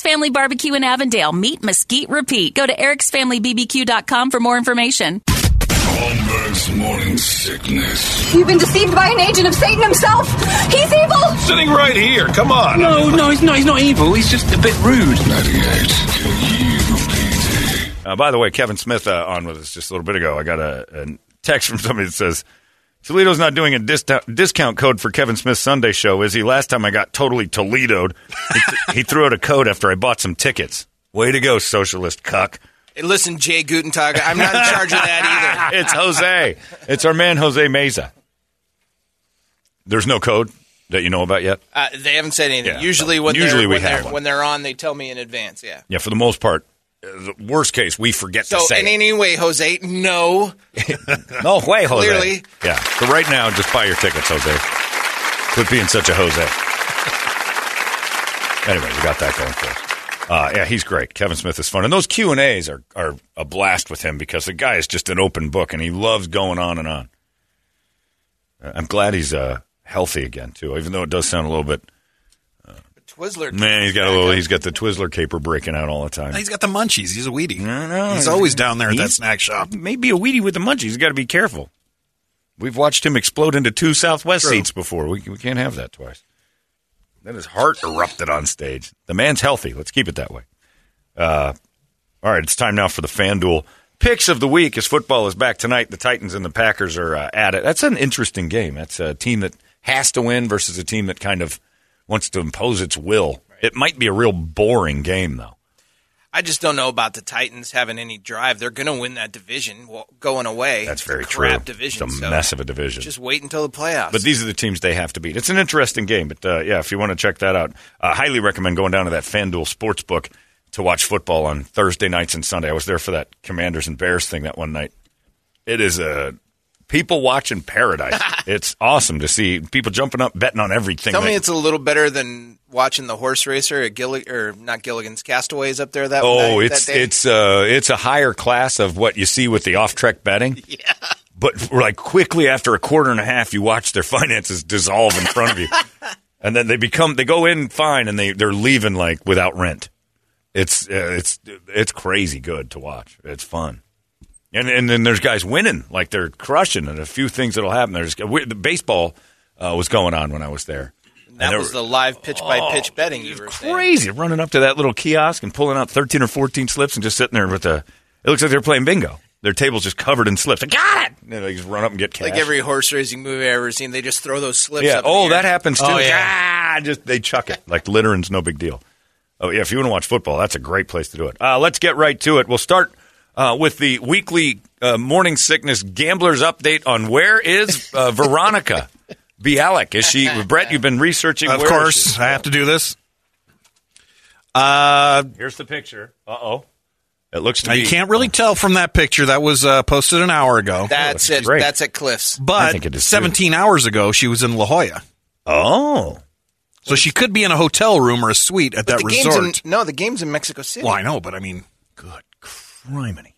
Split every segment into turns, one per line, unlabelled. Family Barbecue in Avondale. Meet, mesquite, repeat. Go to ericsfamilybbq.com for more information.
Holmberg's morning sickness.
You've been deceived by an agent of Satan himself. He's evil.
Sitting right here. Come on.
No, no, he's not. He's not evil. He's just a bit rude.
98 KUPD.
Uh, by the way, Kevin Smith uh, on with us just a little bit ago. I got a, a text from somebody that says, Toledo's not doing a discount, discount code for Kevin Smith's Sunday show, is he? Last time I got totally Toledoed. He, th- he threw out a code after I bought some tickets. Way to go, socialist cuck.
Listen, Jay Gutentag, I'm not in charge of that either.
It's Jose. It's our man, Jose Meza. There's no code that you know about yet?
Uh, they haven't said anything.
Yeah,
usually, when
usually
they're,
we
when,
have
they're,
one.
when they're on, they tell me in advance. Yeah.
Yeah, for the most part. Uh, The worst case, we forget
So
to say
in
it.
any way, Jose, no.
No way, Jose.
Clearly.
Yeah. So right now, just buy your tickets, Jose. Quit being such a Jose. anyway, we got that going for us. Uh, yeah, he's great. Kevin Smith is fun, and those Q and A's are are a blast with him because the guy is just an open book, and he loves going on and on. Uh, I'm glad he's uh, healthy again too, even though it does sound a little bit.
Twizzler.
Man, he's got a little. He's got the Twizzler caper breaking out all the time.
He's got the munchies. He's a weedy.
I know.
He's always down there at that
He's-
snack shop.
Maybe a weedy with the munchies. He's got to be careful. We've watched him explode into two Southwest seats before. We, we can't have that twice. Then his heart erupted on stage. The man's healthy. Let's keep it that way. Uh, all right, it's time now for the FanDuel picks of the week. As football is back tonight, the Titans and the Packers are uh, at it. That's an interesting game. That's a team that has to win versus a team that kind of wants to impose its will. It might be a real boring game, though.
I just don't know about the Titans having any drive. They're going to win that division well, going away.
That's
It's a
very true.
crap Division.
it's a
so
mess of a division.
Just wait until the playoffs.
But these are the teams they have to beat. It's an interesting game, but uh, yeah, if you want to check that out, I highly recommend going down to that FanDuel Sportsbook to watch football on Thursday nights and Sunday. I was there for that Commanders and Bears thing that one night. It is a people watching paradise. it's awesome to see people jumping up, betting on everything.
Tell
they-
me it's a little better than watching the horse racer at Gilli- or not Gilligan's Castaways up there that
oh,
night-
it's
that day.
it's uh, it's a higher class of what you see with the off-track betting. Yeah. But like quickly after a quarter and a half, you watch their finances dissolve in front of you, and then they become they go in fine and they they're leaving like without rent. It's uh, it's it's crazy good to watch. It's fun. And and then there's guys winning, like they're crushing, and a few things that'll happen. There's we, the baseball uh, was going on when I was there. And
That
there
was
were-
the live pitch by pitch betting you
Oh, it's
were saying.
crazy running up to that little kiosk and pulling out 13 or 14 slips and just sitting there with the. It looks like they're playing bingo. Their table's just covered in slips. I got it! And then they just run up and get cash.
Like every horse racing movie I've ever seen, they just throw those slips.
yeah.
Up in the
Oh,
air.
that happens too.
Oh, yeah.
Ah, just they chuck it. Like littering's no big deal. Oh, yeah. If you want to watch football, that's a great place to do it. Uh, let's get right to it. We'll start uh, with the weekly uh, morning sickness gamblers update on where is uh, Veronica Bialik? Is she, Brett, you've been researching
Of
where is
course,
she?
I have to do this. Uh,
Here's the picture. Uh oh. It looks to
now
be.
you can't really tell from that picture that was uh, posted an hour ago.
That's
Oh,
it.
that's great.
That's at Cliff's.
I
but
think it is too.
17 hours ago, she was in La Jolla,
Oh.
so she could be in a hotel room or a suite at
But
that
the
resort.
game's in, no, the game's in Mexico City.
well, I know, but I mean,
Good criminy.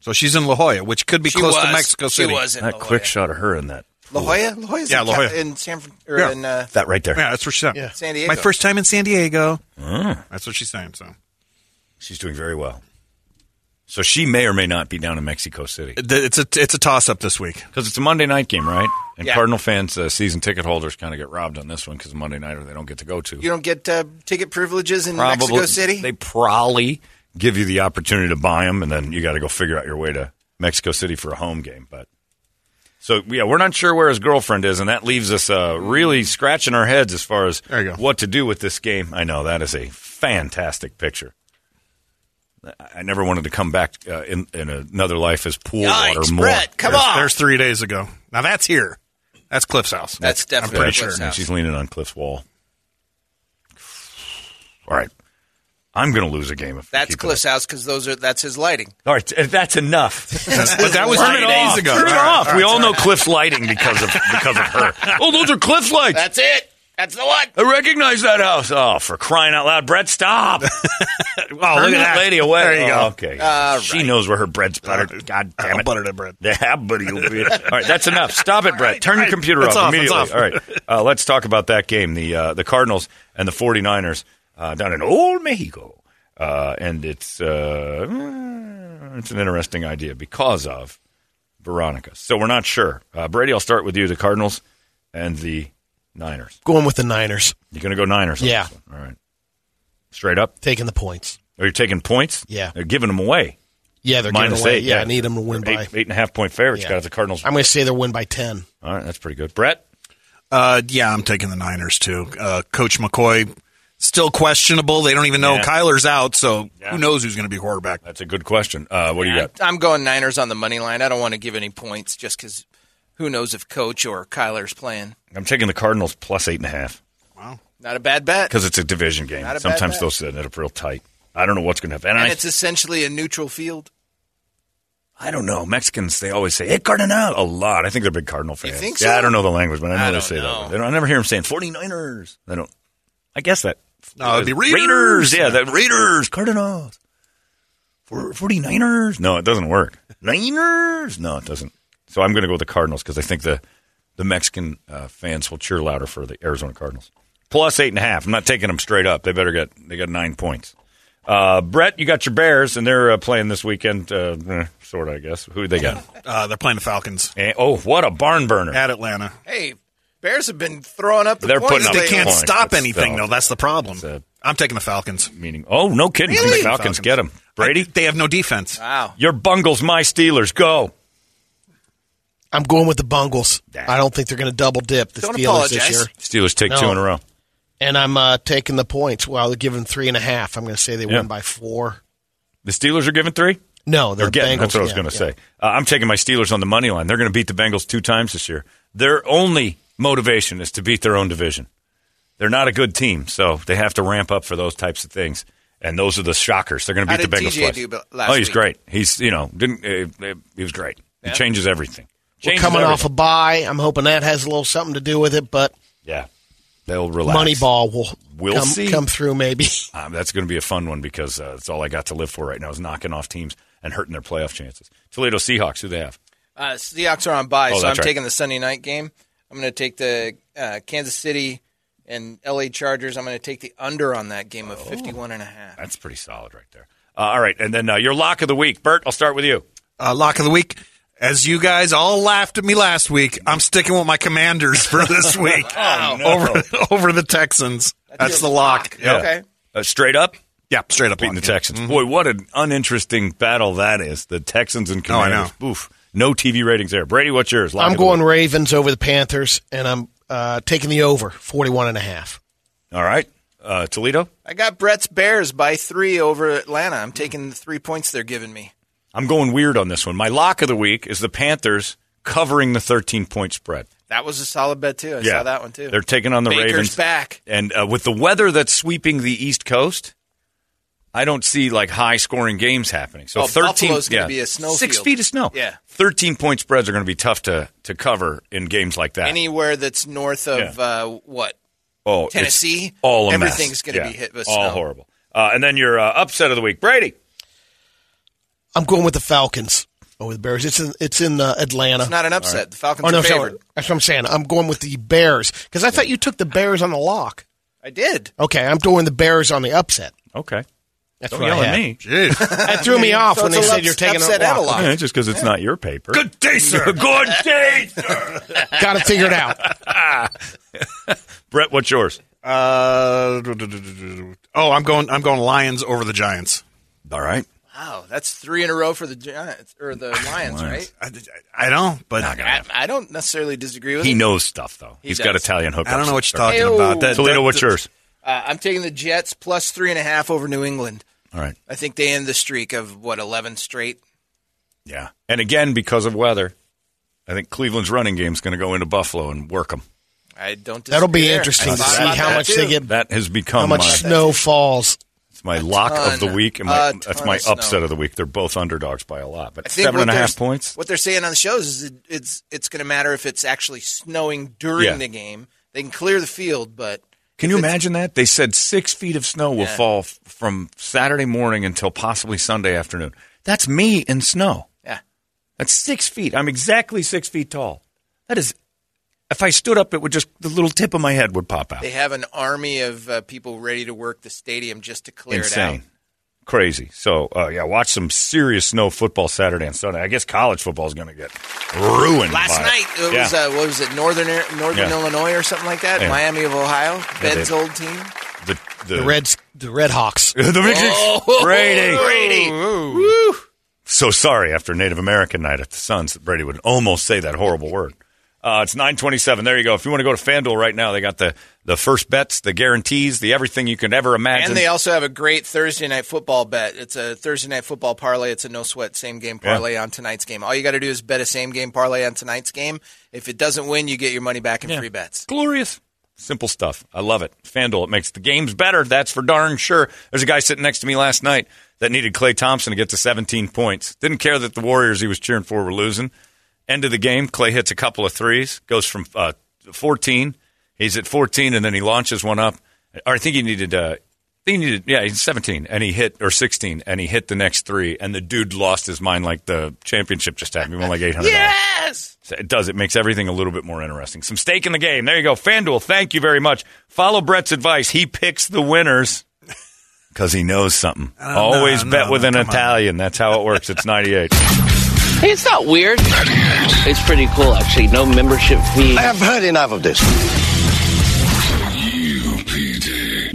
so she's in La Jolla, which could be
She
close to
was.
Mexico City.
She was in
That
Oh,
La Jolla.
quick shot of her in that.
La Jolla? La Jolla's
Yeah,
in,
La
Ca-
Jolla.
in San Fran- or
Yeah.
in, uh,
That right there.
Yeah, that's what she's saying.
San Diego.
My first time in San Diego.
Ah.
That's what she's saying. So
She's doing very well. So she may or may not be down in Mexico City
It- it's a it's a toss up this week.
because it's a Monday night game, right? And
Yeah.
Cardinal fans, uh, season ticket holders, kind of get robbed on this one because Monday nighter they don't get to go to.
You don't get uh, ticket privileges in Mexico City?
they probably give you the opportunity to buy them, and then you got to go figure out your way to Mexico City for a home game. But so yeah, we're not sure where his girlfriend is, and that leaves us uh, really scratching our heads as far as
There you go.
what to do with this game. I know that is a fantastic picture.
I- I never wanted to come back uh, in, in another life as pool
Yikes,
water more.
Brett, come
there's,
on.
there's three days ago. Now that's here. That's Cliff's house.
That's definitely
I'm pretty
Cliff's
sure.
And
house.
she's leaning on Cliff's wall. All right. I'm going to lose a game if we
That's
keep it
Cliff's
up.
house because those are that's his lighting.
All right, uh, that's enough.
But that was
Turn
three
it
days
off.
ago.
Turn it
All right,
off. we all know Cliff's lighting because of because of her. Oh, those are Cliff's lights.
That's it. That's the one.
I recognize that house. Oh, for crying out loud, Brett, stop!
Oh, look at
Turn
that
that lady away.
There you
Oh,
go.
Okay,
All
she knows where her bread's buttered.
Uh,
God
I'll
damn it,
butter that bread.
Yeah, buddy, you'll be it. All right, that's enough. Stop it, Brett. Turn your
right.
computer
It's
off,
off, it's
immediately.
off.
All right, uh, let's talk about that game. The uh, the Cardinals and the 49ers uh, down in Old Mexico, uh, and it's uh, it's an interesting idea because of Veronica. So we're not sure. Uh, Brady, I'll start with you. The Cardinals and the Niners.
Going with the Niners,
You're going to go Niners. on
Yeah.
this one. All right. Straight up.
taking the points.
Are you taking points?
Yeah.
They're giving them away.
Yeah, they're
Minus
giving away.
eight.
yeah, I need them to win
They're
by.
eight, eight and a half point favorites.
Yeah.
Got the Cardinals.
I'm going to say they'll win by ten.
All right, that's pretty good. Brett,
Uh, yeah, I'm taking the Niners too. Uh, Coach McCoy still questionable. They don't even know
Yeah.
Kyler's out, so who knows who's going to be quarterback?
that's a good question. Uh, what do you got?
I'm going Niners on the money line. I don't want to give any points just because who knows if Coach or Kyler's playing.
I'm taking the Cardinals plus eight and a half
Not a bad bet.
because it's a division game.
Not a bad
Sometimes
bet.
those end up real tight. I don't know what's going to happen. And,
And
I,
it's essentially a neutral field.
I don't know. Mexicans, they always say, hey, Cardinal, a lot. I think they're big Cardinal fans.
think
Yeah, I
so?
don't know the language, but I know
I
they
don't
say
know.
that. They don't, I never hear them saying 49ers. I don't. I guess that.
No, Uh, it'd be
Uh,
Raiders.
Raiders. Yeah, the Raiders, Cardinals. For- 49ers. No, it doesn't work. Niners. No, it doesn't. So I'm going to go with the Cardinals because I think the, the Mexican uh, fans will cheer louder for the Arizona Cardinals. Plus eight and a half. I'm not taking them straight up. They better get they got nine points. Uh, Brett, you got your Bears, and they're uh, playing this weekend, uh, sort of, I guess. Who they got?
Uh, they're playing the Falcons
Eh, oh, what a barn burner!
at Atlanta.
Hey, Bears have been throwing up the
They're
points
putting up
They
lately.
can't
points,
stop
but
anything
still.
though. That's the problem.
It's
I'm taking the Falcons.
Meaning, oh no kidding!
I'm taking
The Falcons get them.
I-
Brady,
they have no defense.
Wow.
your bungles, my Steelers. Go.
I'm going with the Bungles.
Nah.
I don't think they're going to double dip the
Don't
Steelers this
apologize.
year.
Steelers take
No.
two in a row.
And I'm uh, taking the points. Well, they're giving three and a half. I'm going to say they
Yeah.
win by four.
The Steelers are given three.
No, they're
They're getting.
Bengals.
That's what I was
yeah,
going
yeah.
to say. Uh, I'm taking my Steelers on the money line. They're going to beat the Bengals two times this year. Their only motivation is to beat their own division. They're not a good team, so they have to ramp up for those types of things. And those are the shockers. They're going to
How
beat the
did
Bengals
TJ
twice.
do b- last
oh, he's
week?
great. He's you know didn't uh, uh, he was great. He changes everything.
We're
Changes
coming off
everything.
a bye. I'm hoping that has a little something to do with it, but
yeah. They'll relax.
Moneyball will
We'll
come,
see.
come through maybe.
Um, that's going to be a fun one because uh, that's all I got to live for right now is knocking off teams and hurting their playoff chances. Toledo Seahawks, who they have?
Uh, Seahawks are on bye,
Oh,
so I'm
that's right.
taking the Sunday night game. I'm going to take the uh, Kansas City and LA Chargers. I'm going to take the under on that game of 51 and a half.
Oh. That's pretty solid right there. Uh, all right, and then uh, your lock of the week, Bert. I'll start with you.
Uh, lock of the week. As you guys all laughed at me last week, I'm sticking with my Commanders for this week
Oh, no.
over over the Texans. That's, the lock.
Yeah.
Okay.
Uh, straight up,
Yeah, straight up
beating the
lock, yeah.
Texans. Boy, what an uninteresting battle that is. The Texans and
Oh, I know.
Commanders. Oof. No TV ratings there. Brady, what's yours? Lock
I'm
of the
going
week.
Ravens over the Panthers, and I'm uh, taking the over 41 and a half.
All right, uh, Toledo.
I got Brett's Bears by three over Atlanta. I'm taking the three points they're giving me.
I'm going weird on this one. My lock of the week is the Panthers covering the 13 point spread.
That was a solid bet, too. I saw that one, too.
They're taking on the
Baker's
Ravens
back.
and uh, with the weather that's sweeping the East Coast, I don't see like high scoring games happening. So
Oh,
thirteen,
Buffalo's gonna
yeah,
be a snow
six
field.
feet of snow.
Yeah.
thirteen point spreads are going to be tough to to cover in games like that.
Anywhere that's north of
Yeah.
uh, what?
oh, it's
Tennessee,
all a mess.
everything's gonna
Yeah,
be hit with
all
snow.
horrible. Uh, and then your uh, upset of the week, Brady.
I'm going with the Falcons over the Bears. It's in, it's in uh, Atlanta.
It's not an upset. The Falcons
Oh, no,
are
sorry.
favored.
That's what I'm saying. I'm going with the Bears because I thought you took the Bears on the lock.
I did.
Okay, I'm doing the Bears on the upset.
Okay,
That's
don't
what
yell
I
at
had.
me.
That threw me off
So
when
it's
they
a
said
ups-
you're taking
upset
a
and a
lock.
lock.
Yeah, just because it's not your paper.
Good day, sir.
good day, sir.
Got to figure it out.
Brett. What's yours?
Uh, oh, I'm going. I'm going Lions over the Giants.
All right,
Wow, that's three in a row for the Giants or the Lions, right?
I, I don't, but
I, I don't necessarily disagree with
he
it.
knows stuff though.
He
has got
does.
Italian hookups.
I don't know what you're
All right.
talking
Ew.
about. That,
Toledo,
that-
what's yours?
Uh, I'm taking the Jets plus three and a half over New England.
All right.
I think they end the streak of what eleven straight.
Yeah. And again, because of weather, I think Cleveland's running game is going to go into Buffalo and work them.
I don't.
That'll be
disagree there.
interesting
I
to
thought
see
about
how
that,
much they
too.
get,
That has
how
become
much
my,
snow falls.
it's my lock
ton,
of the week, and my,
a
that's
ton
my
of snow.
upset of the week. They're both underdogs by a lot,
I
but
think
seven
what
and a
they're-
half points.
What they're saying on the shows is it, it's it's going to matter if it's actually snowing during
Yeah.
the game. They can clear the field, but
Can you imagine that? They said six feet of snow will
Yeah.
fall f- from Saturday morning until possibly Sunday afternoon. That's me in snow.
yeah,
That's six feet. I'm exactly six feet tall. That is, if I stood up, it would just, the little tip of my head would pop out.
they have an army of uh, people ready to work the stadium just to clear it out.
Insane. Crazy. So, uh, yeah, watch some serious snow football Saturday and Sunday. I guess college football is going to get ruined.
Last
by
night it was
Yeah.
uh, what was it Northern Air- Northern
Yeah.
Illinois or something like that?
Yeah.
Miami of Ohio,
they-
Ben's old team.
the, the,
The Reds, the Red Hawks.
the Red
Oh,
Sox. Brady.
Brady.
So sorry after Native American night at the Suns, that Brady would almost say that horrible word. Uh, it's 927. There you go. If you want to go to FanDuel right now, they got the, the first bets, the guarantees, the everything you can ever imagine.
And they also have a great Thursday night football bet. It's a Thursday night football parlay. It's a no sweat same game
Yeah.
parlay on tonight's game. All you got to do is bet a same game parlay on tonight's game. If it doesn't win, you get your money back in free bets.
Glorious. Simple stuff. I love it. FanDuel, it makes the games better. That's for darn sure. There's a guy sitting next to me last night that needed Clay Thompson to get to 17 points. Didn't care that the Warriors he was cheering for were losing. End of the game, Clay hits a couple of threes, goes from uh, 14. He's at 14, and then he launches one up. Or I think he needed, uh, I think he needed, yeah, he's 17, and he hit, or 16, and he hit the next three, and the dude lost his mind like the championship just happened. He won like 800
Yes.
so It does. It makes everything a little bit more interesting. Some stake in the game. There you go. FanDuel, thank you very much. Follow Brett's advice. He picks the winners because he knows something. Always
Uh, no,
bet
no,
with an
come on.
Italian. That's how it works. It's 98.
Hey, it's not weird. It's pretty cool, actually. No membership fee.
I have heard enough of this.
UPD.